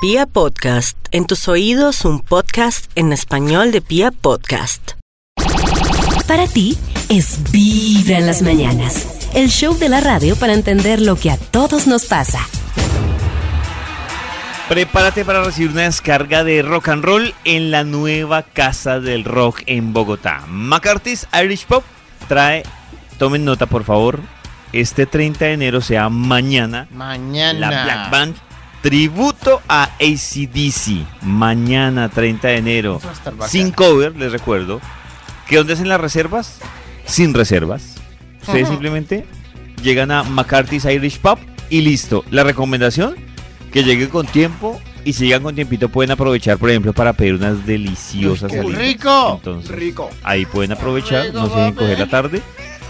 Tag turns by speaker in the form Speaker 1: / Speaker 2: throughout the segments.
Speaker 1: Pia Podcast, en tus oídos un podcast en español de Pia Podcast.
Speaker 2: Para ti es Vibra en las mañanas, el show de la radio para entender lo que a todos nos pasa.
Speaker 3: Prepárate para recibir una descarga de rock and roll en la nueva casa del rock en Bogotá. McCarthy's Irish Pop trae, tomen nota por favor, este 30 de enero, o sea mañana,
Speaker 4: Mañana.
Speaker 3: la Black Band tributo a ACDC. Mañana 30 de enero,
Speaker 4: Eso va a estar bacana.
Speaker 3: sin cover, les recuerdo. ¿Qué dónde hacen las reservas? Sin reservas. Ustedes simplemente llegan a McCarthy's Irish Pub y listo. La recomendación, que lleguen con tiempo y si llegan con tiempito pueden aprovechar, por ejemplo, para pedir unas deliciosas
Speaker 4: Rico.
Speaker 3: alitas.
Speaker 4: Rico.
Speaker 3: Entonces,
Speaker 4: Rico.
Speaker 3: Ahí pueden aprovechar,
Speaker 4: Rico,
Speaker 3: no se dejen
Speaker 4: papi.
Speaker 3: coger la tarde.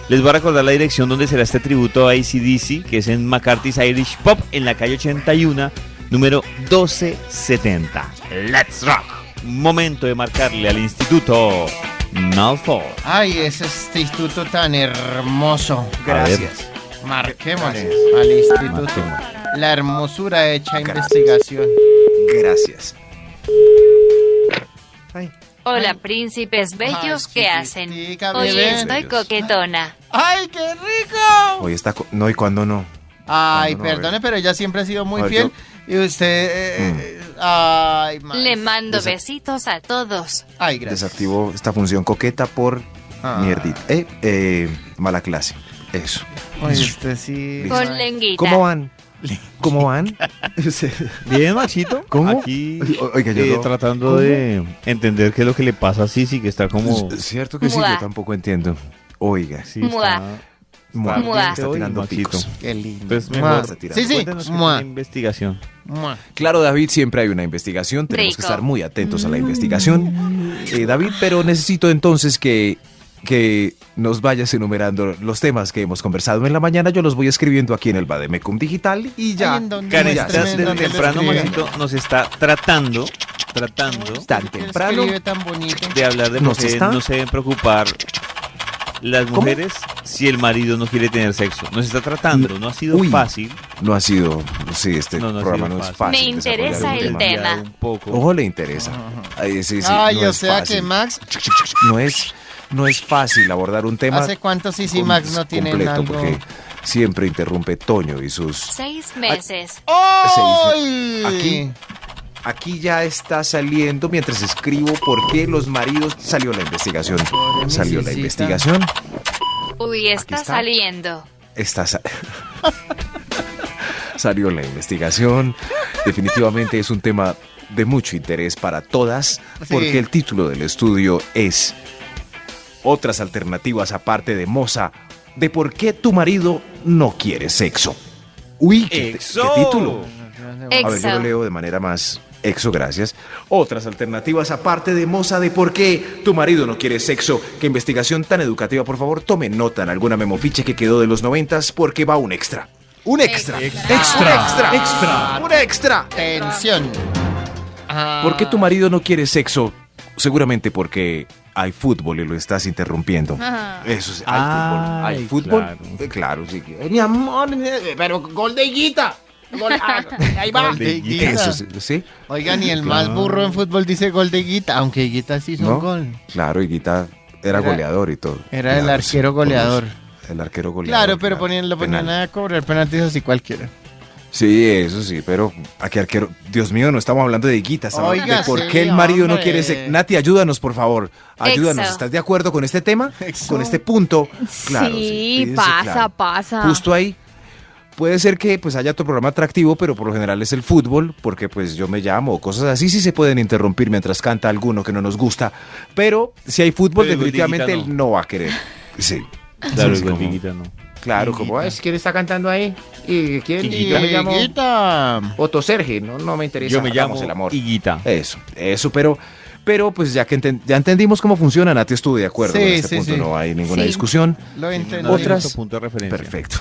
Speaker 3: Les voy a recordar la dirección donde será este tributo a ACDC, que es en McCarthy's Irish Pop, en la calle 81, número 1270. ¡Let's rock! Momento de marcarle al instituto Malfoy.
Speaker 4: Ay, es este instituto tan hermoso.
Speaker 3: Gracias.
Speaker 4: Marquémosle al instituto. La hermosura
Speaker 5: Ah,
Speaker 4: hecha investigación.
Speaker 5: Gracias.
Speaker 6: Hola, príncipes bellos,
Speaker 4: Ay,
Speaker 6: ¿qué
Speaker 4: chiquitica,
Speaker 6: hacen?
Speaker 4: bebé.
Speaker 6: Hoy estoy coquetona.
Speaker 4: ¡Ay, qué rico!
Speaker 5: Hoy está. co- No, ¿y cuándo no?
Speaker 4: Ay,
Speaker 5: no, no,
Speaker 4: perdone,
Speaker 5: bebé.
Speaker 4: pero ella siempre ha sido muy
Speaker 5: Ay,
Speaker 4: fiel. Y usted.
Speaker 3: Mm.
Speaker 4: eh, Ay, madre.
Speaker 6: Le mando
Speaker 5: Desa-
Speaker 6: besitos a todos.
Speaker 4: Ay, gracias.
Speaker 5: Desactivó esta función coqueta por
Speaker 4: Ah.
Speaker 5: mierdita. Eh, eh, mala clase. Eso.
Speaker 4: Oye, usted sí.
Speaker 5: Listo.
Speaker 6: Con
Speaker 4: Ay,
Speaker 6: lenguita.
Speaker 5: ¿Cómo van? ¿Cómo van? Sí.
Speaker 3: Bien, Maxito.
Speaker 5: ¿Cómo?
Speaker 3: Aquí
Speaker 5: O- oiga, yo
Speaker 3: eh,
Speaker 5: no-
Speaker 3: tratando
Speaker 5: ¿Cómo?
Speaker 3: de entender qué es lo que le pasa a Sisi, que está como...
Speaker 5: Es Cierto que sí,
Speaker 6: Mua.
Speaker 5: yo tampoco entiendo. Oiga,
Speaker 3: Sí,
Speaker 6: Mua.
Speaker 5: Mua,
Speaker 6: Mua.
Speaker 5: está tirando
Speaker 3: Maxito.
Speaker 5: picos.
Speaker 4: Qué lindo.
Speaker 3: Entonces,
Speaker 4: Mua.
Speaker 3: mejor-
Speaker 4: Sí, sí.
Speaker 3: Cuéntanos qué
Speaker 4: Mua.
Speaker 3: es la investigación.
Speaker 4: Mua.
Speaker 5: Claro, David, siempre hay una investigación. Tenemos que
Speaker 6: Rico.
Speaker 5: estar muy atentos a la investigación. Eh, David, pero necesito entonces que, que nos vayas enumerando los temas que hemos conversado en la mañana. Yo los voy escribiendo aquí en el Bademecum Digital y ya.
Speaker 4: Ay, en donde
Speaker 5: ya,
Speaker 3: Karencita
Speaker 4: muestren
Speaker 5: desde
Speaker 3: desde
Speaker 4: dónde lo
Speaker 3: temprano,
Speaker 4: escriben.
Speaker 3: Maxito, nos está tratando, tratando
Speaker 5: Tan
Speaker 4: ¿Por qué
Speaker 5: temprano.
Speaker 4: escribe tan bonito?
Speaker 3: de hablar de
Speaker 5: ¿Nos
Speaker 3: mujeres.
Speaker 5: está?
Speaker 3: No se deben preocupar las
Speaker 5: ¿Cómo?
Speaker 3: mujeres si el marido no quiere tener sexo. Nos está tratando, no ha sido
Speaker 5: Mm, Uy.
Speaker 3: fácil.
Speaker 5: No ha sido, sí, este
Speaker 3: No, no ha
Speaker 5: programa
Speaker 3: sido
Speaker 5: no es
Speaker 3: fácil.
Speaker 5: fácil.
Speaker 6: Me interesa
Speaker 5: desarrollar
Speaker 6: el
Speaker 5: un
Speaker 6: tema.
Speaker 3: Un poco.
Speaker 5: Ojo, le interesa. Ay, sí, sí,
Speaker 4: Ay,
Speaker 5: no
Speaker 4: o
Speaker 5: es
Speaker 4: sea que
Speaker 5: fácil.
Speaker 4: Max
Speaker 5: No es, no es fácil abordar un tema
Speaker 4: ¿Hace cuánto sí, sí,
Speaker 5: com-
Speaker 4: Max no tiene
Speaker 5: completo
Speaker 4: algo?
Speaker 5: porque siempre interrumpe Toño y sus...
Speaker 6: Seis meses.
Speaker 4: ¡Ay!
Speaker 5: Aquí. Aquí ya está saliendo, mientras escribo, por qué los maridos... Salió la investigación.
Speaker 4: Pobre
Speaker 5: Salió la
Speaker 4: misisita.
Speaker 5: investigación.
Speaker 6: Uy, está,
Speaker 5: está.
Speaker 6: saliendo.
Speaker 5: Está sa- Salió la investigación. Definitivamente es un tema de mucho interés para todas, porque
Speaker 4: Sí.
Speaker 5: el título del estudio es Otras alternativas aparte de Moza, de por qué tu marido no quiere sexo. Uy, qué,
Speaker 3: ¡Exo!
Speaker 5: qué título. A ver, yo
Speaker 6: Exo.
Speaker 5: lo leo de manera más exo, gracias. Otras alternativas aparte de Moza de por qué tu marido no quiere sexo. Qué investigación tan educativa, por favor, tome nota en alguna memofiche que quedó de los noventas porque va un extra. Un extra.
Speaker 6: Extra.
Speaker 5: Un extra. Extra. Un extra.
Speaker 4: Tensión. Ah,
Speaker 5: ¿Por qué tu marido no quiere sexo? Seguramente porque hay fútbol y lo estás interrumpiendo. Eso sí, hay
Speaker 3: Ay,
Speaker 5: fútbol. Hay
Speaker 3: claro.
Speaker 5: fútbol. Eh, Claro, sí. Eh, Mi amor, eh, pero gol de guita. Gol- ah, ahí va.
Speaker 4: Gol de Higuita.
Speaker 5: Eso sí, sí.
Speaker 4: Oigan, y el más burro en fútbol dice gol de Guita, aunque Guita sí hizo un
Speaker 5: ¿No?
Speaker 4: gol.
Speaker 5: Claro, Higuita
Speaker 4: Era-
Speaker 5: era, goleador y todo.
Speaker 4: era el
Speaker 5: Claro, sí,
Speaker 4: arquero goleador.
Speaker 5: por los- El arquero goleador.
Speaker 4: Claro, pero ponían, lo ponían
Speaker 5: penal.
Speaker 4: a cobrar penaltis así cualquiera.
Speaker 5: Sí, eso sí, pero ¿a qué arquero? Dios mío, no estamos hablando de Higuita. estamos
Speaker 4: Oiga,
Speaker 5: de ¿Por
Speaker 4: sí,
Speaker 5: qué el marido no
Speaker 4: hombre.
Speaker 5: quiere ser? Nati, ayúdanos, por favor. Ayúdanos.
Speaker 6: Exo.
Speaker 5: ¿Estás de acuerdo con este tema?
Speaker 4: Exo.
Speaker 5: Con este punto. Claro, sí, fíjense, claro.
Speaker 7: pasa.
Speaker 5: Justo ahí. Puede ser que pues haya otro programa atractivo, pero por lo general es el fútbol, porque pues yo me llamo o cosas así, sí se pueden interrumpir mientras canta alguno que no nos gusta. Pero si hay fútbol,
Speaker 3: Pero el gol de Higuita
Speaker 5: definitivamente él
Speaker 3: no.
Speaker 5: no va a querer. Sí.
Speaker 3: Claro,
Speaker 5: Sí,
Speaker 3: el
Speaker 5: como-
Speaker 3: Guita no.
Speaker 5: Claro, como es.
Speaker 8: Es quién está cantando ahí. ¿Y quién?
Speaker 3: Y
Speaker 8: Y yo me llamo
Speaker 4: Guita.
Speaker 8: Otto Sergi. No, no me interesa.
Speaker 3: Yo me llamo
Speaker 5: hagamos el amor. Eh,
Speaker 3: Higuita.
Speaker 5: Eso, eso, pero, pero pues ya que enten- ya entendimos cómo funciona, Nati, estuve de acuerdo
Speaker 4: Sí,
Speaker 5: en este
Speaker 4: sí,
Speaker 5: punto,
Speaker 4: sí.
Speaker 5: no hay ninguna
Speaker 7: Sí.
Speaker 5: discusión.
Speaker 4: Lo entendí.
Speaker 5: Otras-
Speaker 3: Punto de referencia.
Speaker 5: Perfecto.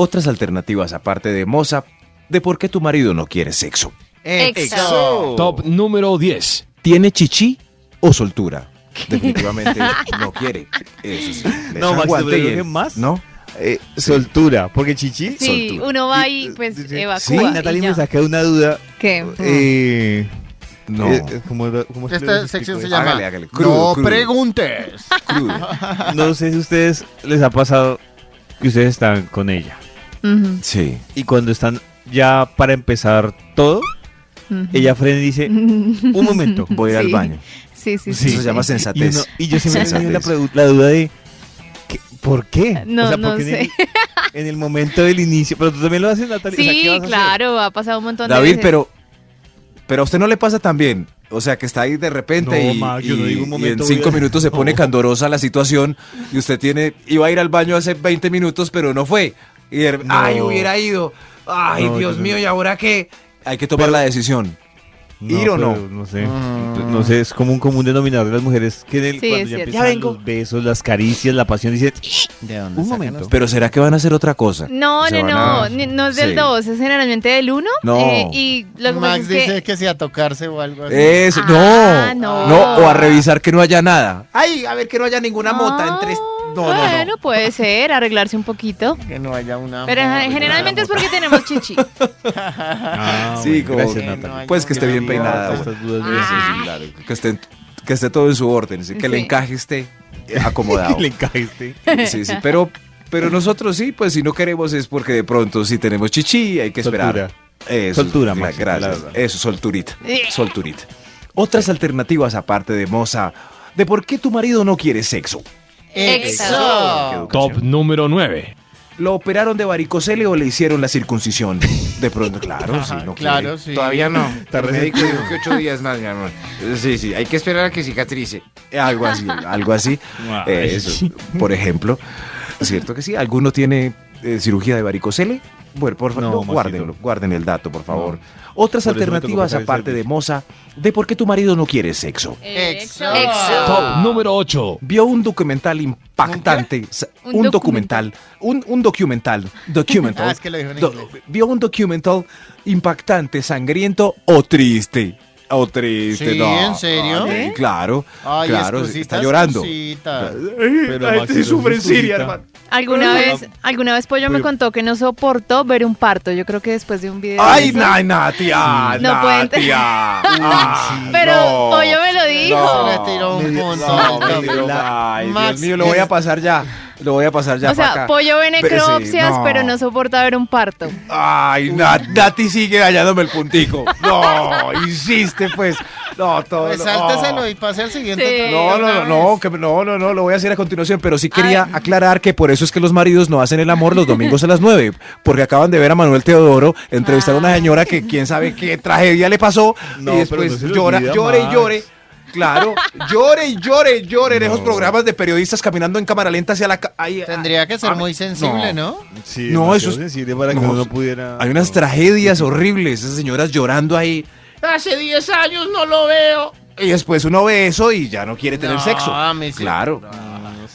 Speaker 5: Otras alternativas aparte de Moza, de por qué tu marido no quiere sexo.
Speaker 6: Exo.
Speaker 9: Top número 10.
Speaker 5: ¿Tiene chichi o soltura? Definitivamente no quiere. Eso sí. le
Speaker 3: No,
Speaker 5: echan
Speaker 3: Max,
Speaker 5: guante
Speaker 3: ¿te
Speaker 5: y
Speaker 3: lo
Speaker 5: él-
Speaker 3: dije más?
Speaker 5: No.
Speaker 3: eh, soltura, porque chichi.
Speaker 7: Sí,
Speaker 3: soltura.
Speaker 7: uno va y, pues, evacúa
Speaker 3: Sí,
Speaker 7: y
Speaker 3: Natalia
Speaker 7: ya.
Speaker 3: me saca una duda.
Speaker 7: ¿Qué?
Speaker 3: Eh,
Speaker 5: No.
Speaker 3: eh, ¿cómo era- cómo es que les
Speaker 4: Esta
Speaker 3: explico
Speaker 4: sección se
Speaker 3: eso?
Speaker 4: llama
Speaker 5: Hágale, hágale, crudo,
Speaker 4: No
Speaker 5: crudo.
Speaker 4: preguntes.
Speaker 5: Crudo.
Speaker 3: Ah, No sé si a ustedes les ha pasado que ustedes están con ella.
Speaker 7: Ujú,
Speaker 5: Sí.
Speaker 3: Y cuando están ya para empezar todo,
Speaker 7: ujú.
Speaker 3: ella frena y dice, un momento.
Speaker 5: Voy a
Speaker 7: Sí.
Speaker 5: ir al baño.
Speaker 7: Sí, sí,
Speaker 5: Eso
Speaker 7: sí.
Speaker 5: se llama
Speaker 7: sí.
Speaker 5: sensatez.
Speaker 3: Y, uno- y yo siempre tengo la,
Speaker 5: Sensatez.
Speaker 3: pregu- la duda de, ¿qué- ¿por qué?
Speaker 7: No, no
Speaker 3: porque En
Speaker 7: sé.
Speaker 3: el, en el momento del inicio, pero tú también lo haces, Natalia. O sea, ¿qué
Speaker 7: Sí,
Speaker 3: vas a hacer?
Speaker 7: claro, ha pasado un montón de
Speaker 5: David,
Speaker 7: veces.
Speaker 5: pero, pero a usted no le pasa también. O sea, que está ahí de repente
Speaker 3: No,
Speaker 5: y,
Speaker 3: ma, yo no
Speaker 5: y-
Speaker 3: digo un
Speaker 5: y
Speaker 3: momento,
Speaker 5: en cinco
Speaker 3: voy a-
Speaker 5: minutos se pone
Speaker 3: No.
Speaker 5: candorosa la situación y usted tiene iba a ir al baño hace 20 minutos, pero no fue. Y de- Ay, hubiera ido. Ay,
Speaker 3: No,
Speaker 5: Dios
Speaker 3: yo no.
Speaker 5: mío, ¿y ahora qué? Hay que tomar la decisión. ¿Ir o
Speaker 3: pero
Speaker 5: no?
Speaker 3: No sé. No sé, es como un común denominador de las mujeres que en el,
Speaker 7: Sí,
Speaker 3: cuando
Speaker 7: es
Speaker 3: ya
Speaker 7: cierto.
Speaker 3: empiezan
Speaker 5: Ya vengo.
Speaker 3: los besos, las caricias, la pasión, dicen,
Speaker 4: ¿De dónde
Speaker 3: un
Speaker 4: sacan
Speaker 3: momento.
Speaker 5: Pero ¿será que van a hacer otra cosa?
Speaker 7: No,
Speaker 5: Se
Speaker 7: no,
Speaker 5: van
Speaker 7: no,
Speaker 5: a-
Speaker 7: ni- no es del
Speaker 5: Sí.
Speaker 7: 2, es generalmente del 1.
Speaker 5: No.
Speaker 7: y lo que
Speaker 4: los- Max
Speaker 7: pasa es
Speaker 4: dice
Speaker 7: que...
Speaker 4: que... si a tocarse o algo así.
Speaker 5: Eso,
Speaker 7: Ah, no.
Speaker 5: no, Eh, no, o a revisar que no haya nada. Ay, a ver que no haya ninguna
Speaker 7: Ah, bueno, puede ser, arreglarse un poquito.
Speaker 4: Que no haya una.
Speaker 7: Pero
Speaker 4: moda,
Speaker 7: generalmente es porque tenemos chichi.
Speaker 3: Ah,
Speaker 5: Sí,
Speaker 3: bueno,
Speaker 5: como
Speaker 3: gracias,
Speaker 5: que
Speaker 3: Natalia.
Speaker 4: no hay
Speaker 5: Pues que esté bien
Speaker 4: moda,
Speaker 5: peinada. Ah.
Speaker 4: estas
Speaker 5: bueno.
Speaker 3: Estas dudas
Speaker 5: Sí,
Speaker 3: de-
Speaker 4: Ah.
Speaker 5: sí, claro, Que esté, que esté todo en su orden, sí, que el
Speaker 7: Sí.
Speaker 5: encaje esté acomodado.
Speaker 3: le encajaste.
Speaker 5: sí, sí, pero, pero nosotros sí, pues si no queremos es porque de pronto si tenemos chichi hay que esperar.
Speaker 3: Soltura.
Speaker 5: Eso,
Speaker 3: Soltura,
Speaker 5: la-
Speaker 3: Maxito, la
Speaker 5: gracias.
Speaker 3: verdad.
Speaker 5: Eso, solturita. Solturita. Otras alternativas aparte de moza, de por qué tu marido no quiere sexo.
Speaker 4: ¡Exo!
Speaker 5: Top número 9. ¿Lo operaron de varicocele o le hicieron la circuncisión? De pronto, claro, sí, no
Speaker 4: Claro,
Speaker 5: quiere.
Speaker 4: sí.
Speaker 8: Todavía no.
Speaker 3: Está
Speaker 8: El médico
Speaker 3: resentido.
Speaker 8: dijo que ocho días más, mi amor. Sí, sí, hay que esperar a que cicatrice.
Speaker 5: Algo así, algo así.
Speaker 3: Ay,
Speaker 5: Eh, eso,
Speaker 3: sí.
Speaker 5: Por ejemplo, ¿cierto que sí? ¿Alguno tiene eh, cirugía de varicocele? Bueno, por
Speaker 3: No,
Speaker 5: favor,
Speaker 3: Maxito.
Speaker 5: guarden, guarden el dato, por favor. Otras
Speaker 3: Por eso me tocó
Speaker 5: alternativas
Speaker 3: pagar el
Speaker 5: aparte de
Speaker 3: servicio.
Speaker 5: moza, de por qué tu marido no quiere sexo.
Speaker 4: ¡Exo!
Speaker 6: Exo.
Speaker 3: Ah.
Speaker 9: Número 8.
Speaker 5: Vio un documental impactante, sa-
Speaker 7: ¿Un
Speaker 5: un, documental, un, un documental, documental,
Speaker 4: Ah, es que lo dijo en
Speaker 5: do-
Speaker 4: inglés.
Speaker 5: vio un documental impactante, sangriento o triste. O triste,
Speaker 4: Sí,
Speaker 5: no,
Speaker 4: ¿en serio?
Speaker 5: ay,
Speaker 4: ¿Eh?
Speaker 5: Claro,
Speaker 4: Ay,
Speaker 5: claro,
Speaker 4: exquisitas
Speaker 5: está llorando.
Speaker 4: cositas.
Speaker 3: Pero La gente Maxito, sí es sufre en exquisita. Siria, hermano.
Speaker 7: Alguna
Speaker 3: Pero-
Speaker 7: vez, alguna vez Pollo me
Speaker 3: Oye.
Speaker 7: contó que no soportó ver un parto. Yo creo que después de un video. de
Speaker 5: Ay,
Speaker 7: esos-
Speaker 5: na, na, tía,
Speaker 7: No
Speaker 5: na,
Speaker 7: pueden-
Speaker 5: tía. Ah,
Speaker 7: Pero
Speaker 5: no.
Speaker 7: Pollo me lo dijo.
Speaker 4: Le tiró un
Speaker 5: No,
Speaker 4: punto.
Speaker 5: me dio la- Ay, Dios
Speaker 4: Max,
Speaker 5: mío, lo voy a
Speaker 4: es-
Speaker 5: pasar ya. Lo voy a pasar ya
Speaker 7: o sea,
Speaker 5: para acá.
Speaker 7: Pollo ve
Speaker 5: Pero sí,
Speaker 7: necropsias, pero no soporta ver un parto.
Speaker 5: Ay, na- Nati sigue hallándome el puntico. No, hiciste pues. No, todo.
Speaker 4: Pues
Speaker 5: no.
Speaker 4: sálteselo y pase al siguiente.
Speaker 7: Sí.
Speaker 5: No, no, no, no, que- no, no, no, lo voy a decir a continuación, pero sí quería aclarar que por eso es que los maridos no hacen el amor los domingos a las 9, porque acaban de ver a Manuel Teodoro entrevistar a una señora que quién sabe qué tragedia le pasó
Speaker 3: No,
Speaker 5: y
Speaker 3: pero
Speaker 5: después
Speaker 3: no se le
Speaker 5: llora,
Speaker 3: olvida,
Speaker 5: llore y
Speaker 3: Max.
Speaker 5: llore. Claro, llore y llore, y llore en esos programas de periodistas caminando en cámara lenta hacia la... ca- ahí,
Speaker 4: Tendría que ser muy sensible, ¿no?
Speaker 3: Sí,
Speaker 5: No,
Speaker 3: demasiado
Speaker 5: eso es-
Speaker 3: sensible para que
Speaker 5: no,
Speaker 3: uno pudiera.
Speaker 5: Hay unas
Speaker 3: no.
Speaker 5: tragedias horribles, esas señoras llorando ahí.
Speaker 8: Hace 10 años no lo veo.
Speaker 5: Y después uno ve eso y ya no quiere tener
Speaker 4: No,
Speaker 5: sexo.
Speaker 4: a mí sí.
Speaker 5: Claro.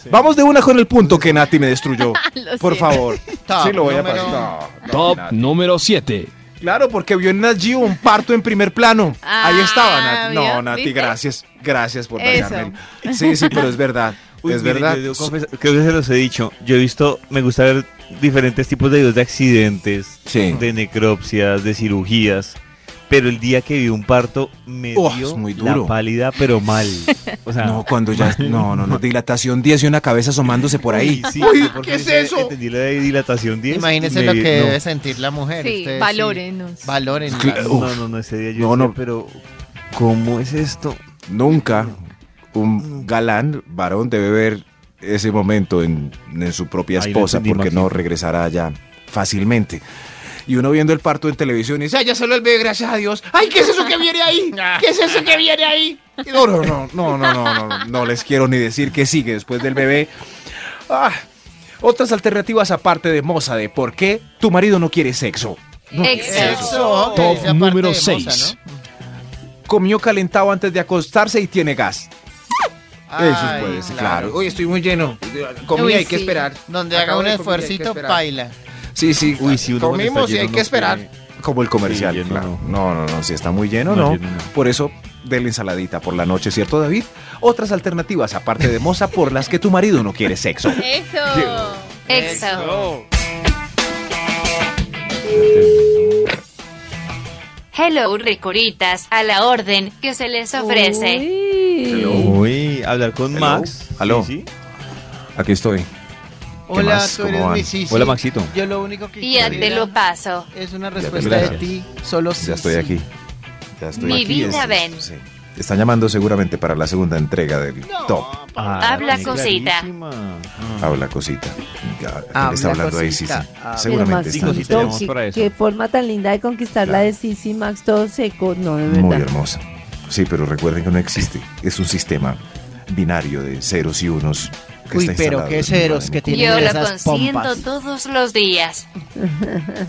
Speaker 5: Vamos de una con el punto que Nati me destruyó.
Speaker 7: Lo
Speaker 5: Por
Speaker 7: siento.
Speaker 5: favor.
Speaker 4: Top
Speaker 5: sí, lo voy a
Speaker 4: número-
Speaker 5: pasar. No, no,
Speaker 9: Top
Speaker 5: Nati.
Speaker 9: número 7.
Speaker 5: Claro, porque vio en Nat Geo un parto en primer plano.
Speaker 7: Ah,
Speaker 5: Ahí estaba, Nati. No,
Speaker 7: ¿vio?
Speaker 5: Nati,
Speaker 7: ¿Viste?
Speaker 5: gracias. Gracias por
Speaker 7: Eso.
Speaker 5: dañarme. Sí, sí, pero es verdad.
Speaker 3: Uy,
Speaker 5: es
Speaker 3: mire,
Speaker 5: verdad.
Speaker 3: yo debo confesar- creo que se los he dicho. Yo he visto, me gusta ver diferentes tipos de videos de accidentes,
Speaker 5: Sí.
Speaker 3: de necropsias, de cirugías. Pero el día que vi un parto me
Speaker 5: Oh,
Speaker 3: dio
Speaker 5: es muy
Speaker 3: la
Speaker 5: duro.
Speaker 3: pálida, pero mal. O sea,
Speaker 5: No, cuando ya. No, no, no. Dilatación 10 y una cabeza asomándose por ahí.
Speaker 3: sí,
Speaker 8: Uy,
Speaker 3: yo por
Speaker 8: ¿qué
Speaker 3: fin
Speaker 8: es
Speaker 3: se-
Speaker 8: eso?
Speaker 3: Entendí la de dilatación 10.
Speaker 4: Imagínense
Speaker 3: me
Speaker 4: lo
Speaker 3: vi-
Speaker 4: que
Speaker 3: no.
Speaker 4: debe sentir la mujer.
Speaker 7: Sí,
Speaker 4: Ustedes
Speaker 7: valórenos.
Speaker 4: Valoren.
Speaker 5: Cla- Uf.
Speaker 3: Ah, No, no, Eh, no, ese día yo
Speaker 5: No,
Speaker 3: decía,
Speaker 5: no.
Speaker 3: pero ¿cómo es esto?
Speaker 5: Nunca un galán varón debe ver ese momento en, en su propia
Speaker 3: Ahí lo
Speaker 5: esposa
Speaker 3: entendí,
Speaker 5: porque
Speaker 3: Maxito.
Speaker 5: no regresará allá fácilmente. Y uno viendo el parto en televisión y dice, "Ay,
Speaker 8: Ya solo el bebé, gracias a Dios. Ay, ¿qué es eso que viene ahí? ¿Qué es eso que viene ahí?
Speaker 5: no, no, no, no, no, no, no, no les quiero ni decir que sigue después del bebé. Ah, otras alternativas aparte de moza de por qué tu marido no quiere sexo.
Speaker 6: Exo.
Speaker 4: Sexo.
Speaker 9: Top
Speaker 4: Esa parte
Speaker 9: número
Speaker 4: de moza,
Speaker 9: seis.
Speaker 4: ¿no?
Speaker 5: Comió calentado antes de acostarse y tiene gas.
Speaker 4: Ay,
Speaker 5: puede ser,
Speaker 8: Claro. Uy, estoy muy lleno. Comí,
Speaker 7: Uy,
Speaker 8: hay que
Speaker 7: sí.
Speaker 8: esperar.
Speaker 4: Donde
Speaker 8: Acabo
Speaker 4: haga un
Speaker 8: de comer, hay que
Speaker 4: esfuercito,
Speaker 8: esperar.
Speaker 4: paila.
Speaker 5: Sí, sí.
Speaker 3: Uy, sí, uno cuando está
Speaker 8: Comimos y hay
Speaker 3: lleno
Speaker 8: que esperar.
Speaker 3: quiere-
Speaker 5: Como el comercial,
Speaker 3: Sí, lleno,
Speaker 5: claro. No, no, no, si está muy lleno,
Speaker 3: No,
Speaker 5: no.
Speaker 3: lleno, no.
Speaker 5: Por eso, de la ensaladita por la noche, ¿cierto, David? Otras alternativas, aparte de moza, por las que tu marido no quiere sexo.
Speaker 6: Exo. Exo. Hello, ricuritas, a la orden que se les ofrece.
Speaker 3: Uy, hablar con
Speaker 5: Hello.
Speaker 3: Max.
Speaker 5: Aló.
Speaker 3: Sí, sí.
Speaker 5: Aquí estoy.
Speaker 4: Hola,
Speaker 5: más?
Speaker 4: tú
Speaker 5: ¿Cómo
Speaker 4: eres
Speaker 5: van?
Speaker 4: mi Sisi.
Speaker 3: Hola, Maxito.
Speaker 4: Yo lo único que
Speaker 6: Ya
Speaker 4: quería
Speaker 6: te lo paso.
Speaker 4: es una
Speaker 5: te lo
Speaker 4: respuesta de
Speaker 5: paso.
Speaker 4: ti, solo sí.
Speaker 5: Ya estoy
Speaker 4: sí.
Speaker 5: aquí. Ya estoy
Speaker 6: Mi
Speaker 5: aquí.
Speaker 6: vida,
Speaker 5: Es-
Speaker 6: ven.
Speaker 5: sí. Te Están llamando seguramente para la segunda entrega del top.
Speaker 6: Habla
Speaker 3: sí,
Speaker 6: cosita.
Speaker 3: Ah, clarísima. Ah.
Speaker 5: Habla cosita. Ya,
Speaker 4: Habla
Speaker 5: está hablando ahí, sí,
Speaker 4: cosita.
Speaker 5: sí.
Speaker 4: Habla.
Speaker 5: Seguramente
Speaker 3: Sí,
Speaker 5: está.
Speaker 3: cosita. tenemos
Speaker 9: Toxic,
Speaker 3: para eso.
Speaker 9: Qué forma tan linda de conquistar la
Speaker 5: Claro.
Speaker 9: de Sisi Max todo seco. No, de
Speaker 5: Muy
Speaker 9: verdad.
Speaker 5: hermosa. Sí, pero recuerden que no existe. Es un sistema binario de ceros y unos. que
Speaker 4: Uy,
Speaker 5: está
Speaker 4: pero
Speaker 5: instalado
Speaker 4: qué
Speaker 5: en mi
Speaker 4: ceros
Speaker 5: madre.
Speaker 4: que tienen
Speaker 6: Yo lo
Speaker 4: esas
Speaker 6: consiento
Speaker 4: pompas.
Speaker 6: todos los días.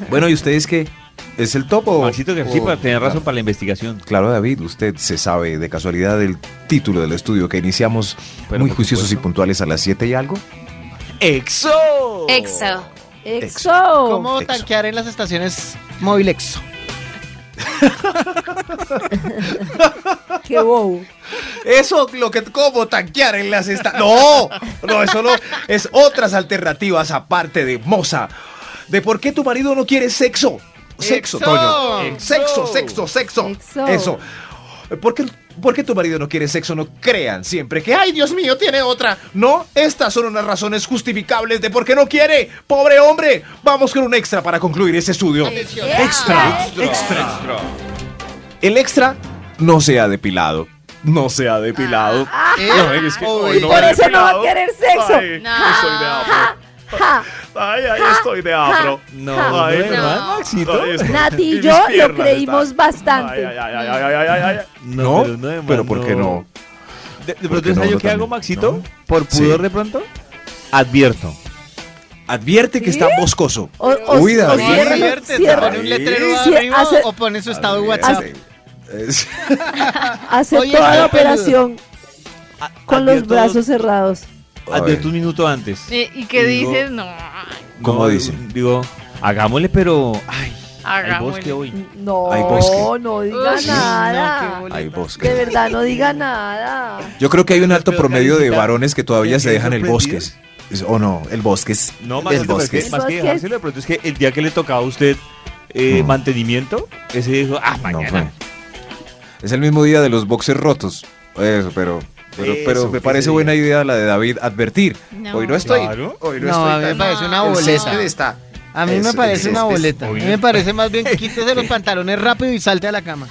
Speaker 5: Bueno, ¿y ustedes qué? ¿Es el top o...?
Speaker 3: Maxito que sí,
Speaker 5: o-
Speaker 3: para tener razón
Speaker 5: Claro.
Speaker 3: para la investigación.
Speaker 5: Claro, David, usted se sabe de casualidad el título del estudio que iniciamos
Speaker 3: Pero
Speaker 5: muy
Speaker 3: por
Speaker 5: juiciosos y
Speaker 3: supuesto.
Speaker 5: puntuales a las 7 y algo.
Speaker 3: ¡Exo!
Speaker 6: Exo.
Speaker 9: ¡Exo!
Speaker 4: ¿Cómo
Speaker 5: Exo.
Speaker 4: tanquear en las estaciones móvil exo?
Speaker 9: ¡Qué wow!
Speaker 5: Eso lo que como tanquear en las esta No, no, eso no. Es otras alternativas aparte de moza. De por qué tu marido no quiere sexo.
Speaker 4: ¡Exo!
Speaker 5: Sexo, Toño. Sexo, sexo, sexo.
Speaker 9: Exo.
Speaker 5: Eso. ¿Por qué, por qué tu marido no quiere sexo? No crean siempre que, ay Dios mío, tiene otra. No, estas son unas razones justificables de por qué no quiere. Pobre hombre. Vamos con un extra para concluir ese estudio.
Speaker 9: ¡Extra!
Speaker 5: El extra no se ha depilado. No se ha depilado. No, es que hoy no
Speaker 9: Ah, Por
Speaker 5: me he
Speaker 9: eso no va a
Speaker 5: depilado.
Speaker 9: querer sexo. Ah,
Speaker 5: Ay, estoy de afro.
Speaker 9: Ja.
Speaker 5: Ay, ay, estoy de afro.
Speaker 9: ah,
Speaker 3: No, no,
Speaker 5: Ay,
Speaker 3: es Ah, verdad,
Speaker 6: no.
Speaker 3: Maxito.
Speaker 5: Ay, estoy-
Speaker 9: Nati y
Speaker 5: mis
Speaker 9: yo lo
Speaker 5: piernas
Speaker 9: creímos
Speaker 5: están-
Speaker 9: bastante.
Speaker 5: Ay, ay, ay, ay, ay, ay, ay, ay.
Speaker 3: No, pero no de
Speaker 5: pero,
Speaker 3: más,
Speaker 5: ¿por qué no?
Speaker 3: De, de
Speaker 5: ¿Por
Speaker 3: pronto,
Speaker 5: qué no?
Speaker 3: ¿sabes yo
Speaker 5: Yo
Speaker 3: qué hago,
Speaker 5: también.
Speaker 3: Maxito?
Speaker 5: ¿No?
Speaker 3: Por
Speaker 5: Sí.
Speaker 3: pudor de pronto, advierto.
Speaker 5: Advierte que está boscoso.
Speaker 9: O- o-
Speaker 5: Uy,
Speaker 9: o
Speaker 5: David.
Speaker 9: cierra-
Speaker 4: Diviértete,
Speaker 9: cierra-
Speaker 4: pone un letrero
Speaker 9: Sí,
Speaker 4: arriba
Speaker 9: hace-
Speaker 4: o pone su estado de WhatsApp.
Speaker 5: Es-
Speaker 9: Hace
Speaker 4: Oye,
Speaker 9: toda la
Speaker 4: está peludo.
Speaker 9: operación
Speaker 5: Ah,
Speaker 9: con los
Speaker 3: Advierto-
Speaker 9: brazos cerrados.
Speaker 3: Advierto un minuto antes.
Speaker 7: ¿Y, y qué
Speaker 3: Digo-
Speaker 7: dices? No,
Speaker 5: ¿Cómo
Speaker 3: No,
Speaker 5: dicen?
Speaker 3: Digo, hagámosle, pero. Ay, hay
Speaker 7: hagámosle.
Speaker 3: bosque hoy.
Speaker 9: No,
Speaker 5: Hay bosque.
Speaker 9: no diga
Speaker 7: Uy,
Speaker 9: nada.
Speaker 5: Ay,
Speaker 9: de
Speaker 5: bosque.
Speaker 9: verdad, no diga nada.
Speaker 5: Yo creo que hay un alto
Speaker 3: Pero,
Speaker 5: promedio de
Speaker 3: Karencita,
Speaker 5: varones que todavía
Speaker 3: ¿qué-
Speaker 5: se
Speaker 3: qué
Speaker 5: dejan el bosque.
Speaker 3: sorprendidos?
Speaker 5: O no, el bosque. es-
Speaker 3: No, más,
Speaker 5: el
Speaker 3: alto, pero es que-
Speaker 5: bosque. es-
Speaker 9: El
Speaker 3: más que
Speaker 9: bosque es-
Speaker 3: dejárselo, de pronto es que el día que le tocaba a usted eh,
Speaker 5: Mm.
Speaker 3: mantenimiento, ese dijo, ah,
Speaker 5: No
Speaker 3: mañana.
Speaker 5: fue. Es el mismo día de los boxes rotos. Eso, pero. Pero,
Speaker 3: Eso,
Speaker 5: pero
Speaker 3: que
Speaker 5: me parece
Speaker 3: se
Speaker 5: buena idea la de David advertir.
Speaker 7: No.
Speaker 5: Hoy no estoy.
Speaker 3: Claro.
Speaker 5: Hoy no,
Speaker 4: No,
Speaker 5: estoy.
Speaker 4: a mí me
Speaker 5: tan-
Speaker 4: parece una
Speaker 5: el
Speaker 4: boleta.
Speaker 5: césped está.
Speaker 4: A mí me
Speaker 5: Eso,
Speaker 4: parece
Speaker 5: es-
Speaker 4: una
Speaker 5: es-
Speaker 4: boleta. A mí me parece más bien que quítese los pantalones rápido y salte a la cama.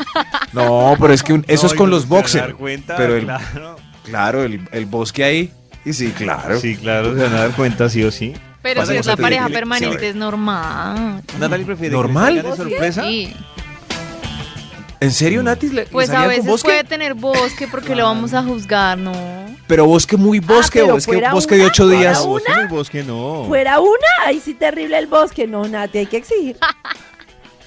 Speaker 5: No, pero es que un- eso es
Speaker 3: No,
Speaker 5: con
Speaker 3: y
Speaker 5: los
Speaker 3: se van a
Speaker 5: boxers.
Speaker 3: dar cuenta,
Speaker 5: pero el,
Speaker 3: claro.
Speaker 5: claro, el, el bosque ahí. Y sí, claro.
Speaker 3: Sí, claro, se van a dar cuenta, sí o sí.
Speaker 7: Pero si
Speaker 5: Pasemos
Speaker 7: es la
Speaker 5: al
Speaker 7: pareja
Speaker 5: siguiente.
Speaker 7: permanente,
Speaker 5: Sí.
Speaker 7: es normal.
Speaker 3: Natalie prefiere
Speaker 5: ¿Normal?
Speaker 3: que le salgan de sorpresa.
Speaker 7: Sí.
Speaker 5: ¿En
Speaker 3: Mm.
Speaker 5: serio, Natis? ¿Le, le
Speaker 7: Pues a
Speaker 5: salía con
Speaker 7: veces
Speaker 5: bosque? Ah.
Speaker 7: puede tener bosque porque lo vamos a juzgar, ¿no?
Speaker 5: Pero bosque muy
Speaker 7: Ah,
Speaker 5: bosque
Speaker 9: pero
Speaker 5: o es que
Speaker 9: fuera
Speaker 5: bosque de
Speaker 9: una,
Speaker 5: ocho
Speaker 9: fuera
Speaker 5: días.
Speaker 9: una.
Speaker 3: Bosque en el bosque
Speaker 5: Oh.
Speaker 3: no.
Speaker 9: Fuera una, ahí sí terrible el bosque. No, Nati, hay que exigir.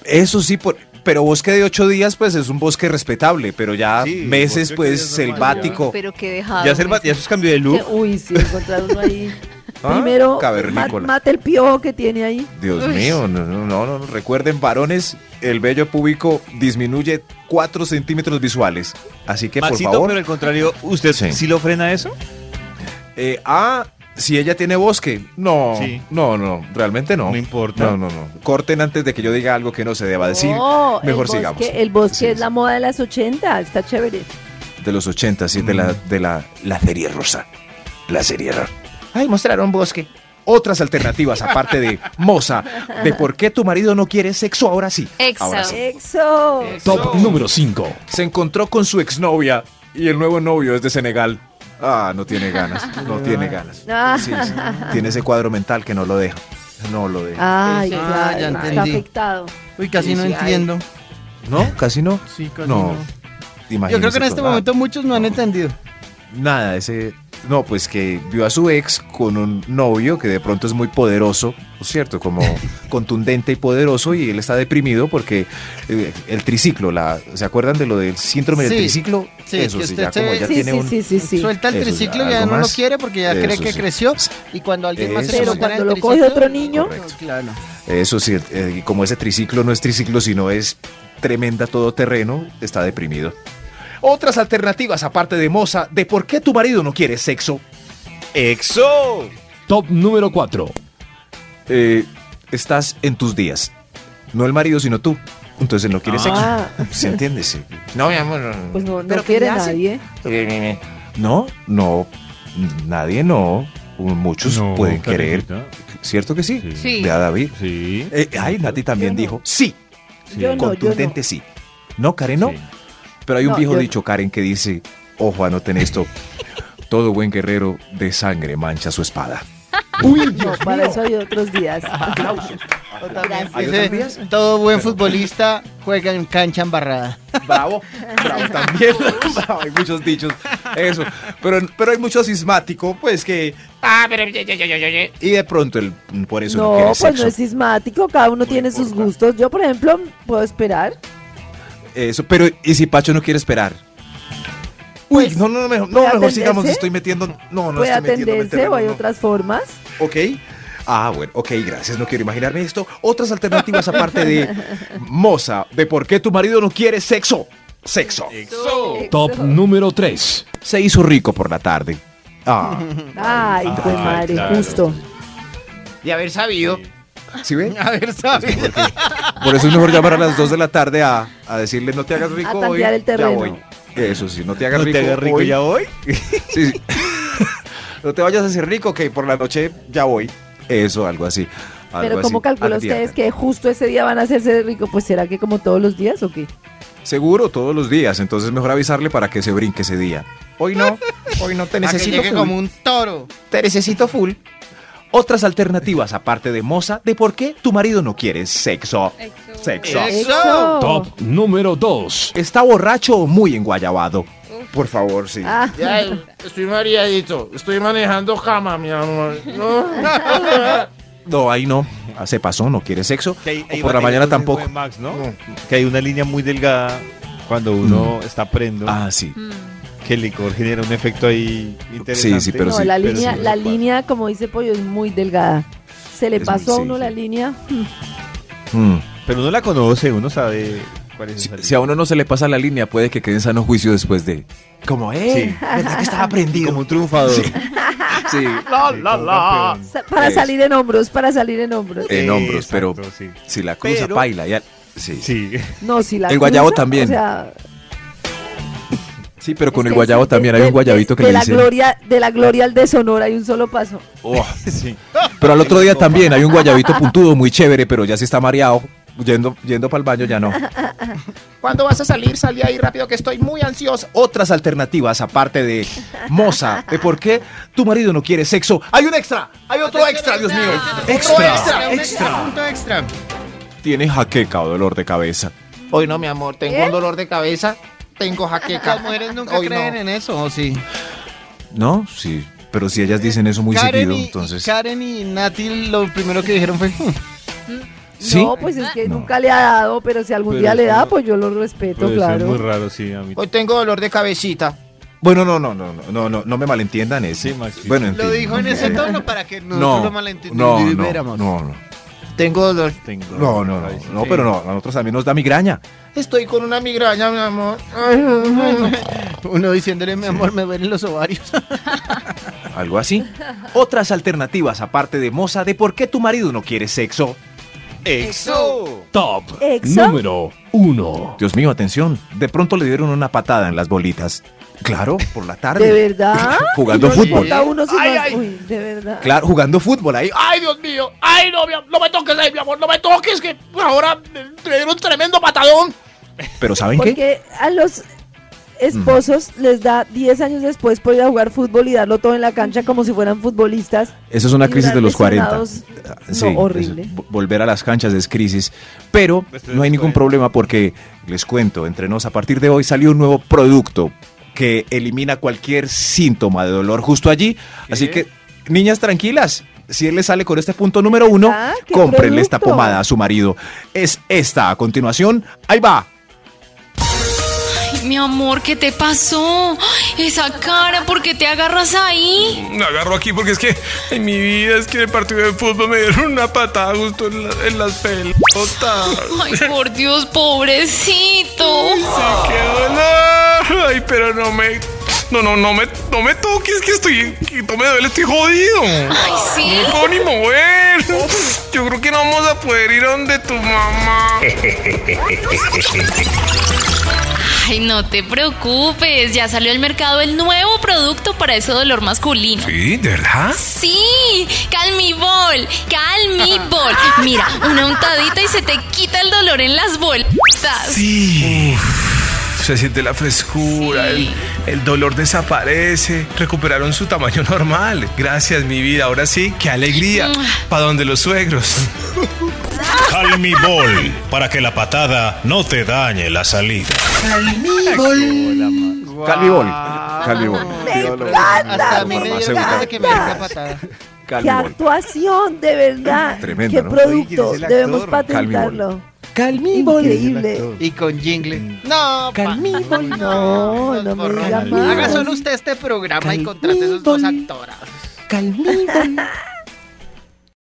Speaker 5: Eso sí, por- pero bosque de ocho días, pues es un bosque respetable, pero ya
Speaker 3: Sí,
Speaker 5: meses,
Speaker 3: bosque
Speaker 5: pues
Speaker 3: que es normal,
Speaker 5: selvático.
Speaker 7: Pero qué dejado.
Speaker 3: Ya, se, ya sus cambios de look.
Speaker 9: Ah, Que- Uy, sí, encontrar uno ahí.
Speaker 5: Ah,
Speaker 9: Primero,
Speaker 5: cavernícola.
Speaker 9: ma- mate el piojo que tiene ahí.
Speaker 5: Dios mío, no, no, no, no, no. Recuerden, varones, el vello púbico disminuye 4 centímetros visuales. Así que,
Speaker 3: Maxito,
Speaker 5: por favor.
Speaker 3: pero al contrario, ¿usted sí,
Speaker 5: Sí.
Speaker 3: lo frena eso?
Speaker 5: eh, ah, si ella tiene bosque. No,
Speaker 3: Sí.
Speaker 5: no, no, realmente no.
Speaker 3: No importa.
Speaker 5: No, no, no. Corten antes de que yo diga algo que no se deba decir.
Speaker 9: No, el
Speaker 5: Mejor
Speaker 9: bosque-
Speaker 5: sigamos.
Speaker 9: El bosque
Speaker 5: Sí,
Speaker 9: es la
Speaker 5: sí.
Speaker 9: moda de las 80, está chévere.
Speaker 5: De los 80, sí, de, la, de la, la serie rosa. La serie rosa.
Speaker 8: Ay, mostraron bosque.
Speaker 5: Otras alternativas, aparte de moza, de por qué tu marido no quiere sexo ahora sí.
Speaker 6: Exo.
Speaker 5: Ahora sí.
Speaker 9: ¡Exo!
Speaker 10: Top número 5.
Speaker 5: Se encontró con su exnovia y el nuevo novio es de Senegal. Ah, no tiene ganas, no tiene ganas.
Speaker 9: Ah.
Speaker 5: Sí, sí. Tiene ese cuadro mental que no lo deja. No lo deja.
Speaker 9: Ay,
Speaker 4: Ah,
Speaker 9: claro,
Speaker 4: ya
Speaker 9: está
Speaker 4: entendí.
Speaker 9: afectado.
Speaker 4: Uy, casi
Speaker 9: Sí,
Speaker 4: no
Speaker 9: sí, ay.
Speaker 4: entiendo.
Speaker 5: ¿No? ¿Casi no?
Speaker 4: Sí, casi
Speaker 5: No.
Speaker 4: no. Yo
Speaker 5: Imagínese
Speaker 4: creo que en este
Speaker 5: todo.
Speaker 4: momento muchos no han
Speaker 5: No.
Speaker 4: entendido.
Speaker 5: Nada, ese... No, pues que vio a su ex con un novio que de pronto es muy poderoso, ¿no es ¿cierto? Como contundente y poderoso y él está deprimido porque eh, el triciclo, la, ¿se acuerdan de lo del síndrome del
Speaker 4: Sí.
Speaker 5: triciclo?
Speaker 4: Sí,
Speaker 5: Eso
Speaker 4: que
Speaker 5: sí,
Speaker 4: usted
Speaker 5: ya
Speaker 4: se-
Speaker 5: como ya
Speaker 9: Sí,
Speaker 5: tiene
Speaker 9: sí,
Speaker 5: un...
Speaker 9: sí, sí, sí.
Speaker 4: Suelta el
Speaker 5: Eso ya,
Speaker 4: triciclo y ya
Speaker 5: ¿algo
Speaker 4: no lo
Speaker 5: más?
Speaker 4: quiere porque ya cree
Speaker 5: Eso
Speaker 4: que
Speaker 5: sí.
Speaker 4: creció. Y cuando alguien más se
Speaker 5: Eso
Speaker 4: le
Speaker 5: sí.
Speaker 4: pone
Speaker 9: Pero
Speaker 4: el
Speaker 9: cuando lo coge
Speaker 4: triciclo, pues,
Speaker 9: otro niño.
Speaker 5: Correcto.
Speaker 4: Claro.
Speaker 5: Eso sí, eh, y como ese triciclo no es triciclo, sino es tremenda todoterreno, está deprimido. Otras alternativas aparte de Moza, de por qué tu marido no quiere sexo.
Speaker 3: ¡Exo!
Speaker 10: Top número 4.
Speaker 5: eh, estás en tus días. No el marido, sino tú. Entonces él no quiere
Speaker 9: Ah.
Speaker 5: sexo. ¿Se entiende? Sí. No, mi amor.
Speaker 9: Pues no, no
Speaker 5: Pero ¿qué
Speaker 9: quiere
Speaker 5: le hace?
Speaker 9: nadie.
Speaker 5: No, no. Nadie no. Muchos pueden querer. ¿Cierto que sí?
Speaker 7: Sí.
Speaker 5: Vea, David.
Speaker 3: Sí.
Speaker 5: Eh, ay, Nati también
Speaker 9: Yo no.
Speaker 5: dijo sí.
Speaker 9: Yo no, yo no.
Speaker 5: contundente sí. No, Karen, no.
Speaker 3: Sí.
Speaker 5: Pero hay un
Speaker 9: No,
Speaker 5: viejo
Speaker 9: yo-
Speaker 5: dicho, Karen, que dice, ojo, anoten esto. Todo buen guerrero de sangre mancha su espada.
Speaker 9: No, para eso hay otros días.
Speaker 4: O también
Speaker 5: ¿Hay
Speaker 4: dice,
Speaker 5: otros días?
Speaker 4: todo buen futbolista juega en cancha embarrada.
Speaker 5: Bravo, bravo también. Bravo, hay muchos dichos. Eso. Pero, pero hay mucho sismático, pues que.
Speaker 8: Ah, pero yo, yo, yo, yo, yo, yo.
Speaker 5: Y de pronto el, por eso no,
Speaker 9: No,
Speaker 5: quiere
Speaker 9: pues
Speaker 5: sexo.
Speaker 9: no es sismático, cada uno
Speaker 5: No
Speaker 9: tiene sus
Speaker 5: importa.
Speaker 9: gustos. Yo, por ejemplo, puedo esperar.
Speaker 5: Eso, pero ¿y si Pacho no quiere esperar? Uy,
Speaker 9: Pues,
Speaker 5: no, no, no, mejor, no,
Speaker 9: ¿puede
Speaker 5: mejor sigamos,
Speaker 9: atenderse?
Speaker 5: estoy metiendo. No, no,
Speaker 9: puede
Speaker 5: estoy metiendo.
Speaker 9: atenderse o hay
Speaker 5: no.
Speaker 9: otras formas.
Speaker 5: Ok. Ah, bueno, ok, gracias. No quiero imaginarme esto. Otras alternativas aparte de Moza, de por qué tu marido no quiere sexo. Sexo.
Speaker 9: Eh,
Speaker 10: Top número 3.
Speaker 5: Se hizo rico por la tarde. Ah,
Speaker 9: Ay, pues
Speaker 3: Ay,
Speaker 9: madre,
Speaker 3: claro.
Speaker 9: justo.
Speaker 4: De haber sabido.
Speaker 5: ¿sí ven?
Speaker 4: Haber sabido.
Speaker 5: Por eso es mejor llamar a las 2 de la tarde a, a decirle no te hagas rico hoy.
Speaker 9: tantear el terreno.
Speaker 5: Ya voy. Eso sí, no te hagas
Speaker 3: No
Speaker 5: rico.
Speaker 3: te hagas rico
Speaker 5: hoy.
Speaker 3: ya hoy.
Speaker 5: Sí, sí. no te vayas a hacer rico, que por la noche ya voy. Eso, algo así.
Speaker 9: Pero ¿cómo calcula ustedes que justo ese día van a hacerse rico? Pues será que como todos los días o qué?
Speaker 5: Seguro, todos los días. Entonces mejor avisarle para que se brinque ese día. Hoy no, hoy no te
Speaker 4: A que
Speaker 5: necesito
Speaker 4: llegue
Speaker 5: full.
Speaker 4: como un toro.
Speaker 5: Te necesito full. Otras alternativas, aparte de moza, de por qué tu marido no quiere sexo. Sexo.
Speaker 4: Eso.
Speaker 10: Top número 2.
Speaker 5: ¿Está borracho o muy enguayabado? Por favor, sí.
Speaker 9: Ah,
Speaker 8: Ya, estoy mareadito. Estoy manejando cama, mi amor. No.
Speaker 5: No, ahí no. Ah, Se pasó, no quiere sexo.
Speaker 3: Que ahí- ahí
Speaker 5: o por la
Speaker 3: va teniendo
Speaker 5: mañana
Speaker 3: un
Speaker 5: tampoco.
Speaker 3: buen Max, ¿no? Que hay una línea muy delgada cuando uno está prendo,
Speaker 5: Ah, sí.
Speaker 4: Mm.
Speaker 3: que el licor genera un efecto ahí interesante.
Speaker 5: sí, pero
Speaker 9: no,
Speaker 5: sí,
Speaker 9: la línea,
Speaker 5: sí,
Speaker 9: la línea, como dice Pollo, es muy delgada. Se le
Speaker 5: Es muy-
Speaker 9: pasó a
Speaker 5: sí,
Speaker 9: uno
Speaker 5: sí.
Speaker 9: la línea.
Speaker 5: Mm.
Speaker 3: Pero uno la conoce, uno sabe cuál es
Speaker 5: Si,
Speaker 3: esa línea.
Speaker 5: si a uno no se le pasa la línea, puede que quede en sano juicio después de. Como, eh, ¿verdad que estaba prendido?
Speaker 3: Como un triunfador.
Speaker 5: Sí,
Speaker 8: La, la, la.
Speaker 9: Sa- Para
Speaker 5: Es. Eh,
Speaker 9: salir en hombros, para salir en hombros.
Speaker 5: en hombros,
Speaker 3: Exacto,
Speaker 5: pero
Speaker 3: sí.
Speaker 5: si la cruza,
Speaker 3: Pero-
Speaker 5: baila. Ya, sí. sí.
Speaker 3: Sí.
Speaker 9: No, si la
Speaker 5: El guayabo
Speaker 9: cruza,
Speaker 5: también.
Speaker 9: O sea,
Speaker 5: pero con
Speaker 9: es
Speaker 5: el
Speaker 9: que
Speaker 5: guayabo
Speaker 9: de-
Speaker 5: también hay
Speaker 9: de-
Speaker 5: un guayabito
Speaker 9: de-
Speaker 5: que
Speaker 9: de
Speaker 5: le
Speaker 9: la
Speaker 5: dice.
Speaker 9: gloria, de la gloria al deshonor hay un solo paso.
Speaker 5: Oh.
Speaker 3: sí.
Speaker 5: Pero al otro día también hay un guayabito puntudo muy chévere, pero ya si está mareado, yendo, yendo para el baño ya no.
Speaker 8: ¿Cuándo vas a salir? Salí ahí rápido que estoy muy ansioso.
Speaker 5: Otras alternativas aparte de moza, de por qué tu marido no quiere sexo. Hay un extra, hay otro extra, Dios mío. Extra, extra, extra.
Speaker 4: Punto extra.
Speaker 5: Tiene jaqueca o dolor de cabeza.
Speaker 8: Hoy no, mi amor. Tengo
Speaker 7: ¿Eh?
Speaker 8: un dolor de cabeza. Tengo jaqueca.
Speaker 4: Las mujeres nunca
Speaker 8: Hoy no.
Speaker 4: creen en eso, ¿o sí?
Speaker 5: No, sí, pero si ellas dicen eso muy seguido,
Speaker 4: y,
Speaker 5: entonces.
Speaker 4: Karen y Nati lo primero que dijeron fue... "Hmm".
Speaker 5: Sí.
Speaker 9: No, pues es que
Speaker 5: No.
Speaker 9: nunca le ha dado, pero si algún
Speaker 3: Pero
Speaker 9: día le da,
Speaker 3: como-
Speaker 9: pues yo lo
Speaker 3: Pero
Speaker 9: respeto,
Speaker 3: eso es muy
Speaker 9: claro.
Speaker 3: raro, sí, a mí.
Speaker 5: Oh.
Speaker 8: Hoy tengo dolor de cabecita.
Speaker 5: Bueno, no, no, no, no, no, no, no me malentiendan eso.
Speaker 3: Sí, Maxito.
Speaker 5: bueno, en
Speaker 4: Lo
Speaker 5: fin,
Speaker 4: dijo en ese
Speaker 5: eh,
Speaker 4: tono para que nosotros
Speaker 5: No,
Speaker 4: lo
Speaker 5: no, no,
Speaker 4: malentendiéramos.
Speaker 5: no, no.
Speaker 8: Tengo dolor.
Speaker 3: Tengo
Speaker 5: No, no, no, no, pero no, a nosotros también nos da migraña.
Speaker 8: Estoy con una migraña, mi amor.
Speaker 4: Uno diciéndole, mi amor, me duelen los ovarios.
Speaker 5: Algo así. Otras alternativas aparte de moza de por qué tu marido no quiere sexo.
Speaker 3: ¡Exo!
Speaker 10: Top
Speaker 9: Exo.
Speaker 10: número 1.
Speaker 5: Dios mío, atención. De pronto le dieron una patada en las bolitas. Claro, por la tarde.
Speaker 9: ¿De verdad?
Speaker 5: Jugando
Speaker 9: No le
Speaker 5: fútbol.
Speaker 9: importa a uno si no-
Speaker 8: Ay, ay.
Speaker 9: Uy, de verdad.
Speaker 5: Claro, jugando fútbol ahí. ¡Ah!
Speaker 8: ¡Ay, Dios mío! ¡Ay, no, mi am- no me toques ahí, mi amor! ¡No me toques! Que ahora eh, me dieron un tremendo patadón.
Speaker 5: Pero ¿saben qué?
Speaker 9: Porque a los esposos les da 10 años después por ir a jugar fútbol y darlo todo en la cancha como si fueran futbolistas.
Speaker 5: Eso es una
Speaker 9: Y
Speaker 5: crisis de
Speaker 9: durar
Speaker 5: los 40.
Speaker 9: lesionados,
Speaker 5: Ah,
Speaker 9: no, horrible.
Speaker 5: es- vo- volver a las canchas es crisis. Pero
Speaker 3: Después
Speaker 5: no hay
Speaker 3: de los
Speaker 5: ningún
Speaker 3: 40.
Speaker 5: problema porque, les cuento, entre nos, a partir de hoy salió un nuevo producto que elimina cualquier síntoma de dolor justo allí. Así que, niñas, tranquilas. Si él le sale con este punto número uno,
Speaker 9: Ah, qué
Speaker 5: cómprenle esta
Speaker 9: producto.
Speaker 5: pomada a su marido. Es esta. A continuación, ahí va.
Speaker 11: Mi amor, ¿qué te pasó? Ay, Esa cara, ¿por qué te agarras ahí?
Speaker 10: Me agarro aquí porque es que en mi vida es que en el partido de fútbol me dieron una patada justo en, la- en las pelotas.
Speaker 11: Ay, por Dios, pobrecito.
Speaker 8: Ah.
Speaker 10: ¡Qué dolor! Ay, pero no me
Speaker 5: No, no, no me, no me toques, que estoy, que no me duele, estoy jodido. Ay,
Speaker 6: sí.
Speaker 5: No me puedo ni mover. Yo creo que no vamos a poder ir a donde tu mamá.
Speaker 6: Ay, no te preocupes, ya salió al mercado el nuevo producto para ese dolor masculino.
Speaker 5: ¿Sí? ¿De verdad?
Speaker 6: Sí, Calmibol, Calmibol. Mira, una untadita y se te quita el dolor en las bolsas.
Speaker 5: Sí. Se siente la frescura, el, el dolor desaparece, recuperaron su tamaño normal. Gracias, mi vida. Ahora sí, qué alegría. Pa' donde los suegros.
Speaker 12: Calmibol, para que la patada no te dañe la salida.
Speaker 13: Calmibol. Calmibol.
Speaker 9: encanta, me encanta. ¡Qué actuación, de verdad!
Speaker 13: Tremendo,
Speaker 9: ¡Qué
Speaker 13: ¿no? Oye, ¿quién es
Speaker 9: producto!
Speaker 13: el actor?
Speaker 9: Debemos patentarlo.
Speaker 4: Calmibol.
Speaker 9: Increíble.
Speaker 4: Y con jingle. No, Calmibol.
Speaker 9: No, no me diga más.
Speaker 4: Haga solo usted este programa y contrate a esos dos actoras.
Speaker 9: Calmibol.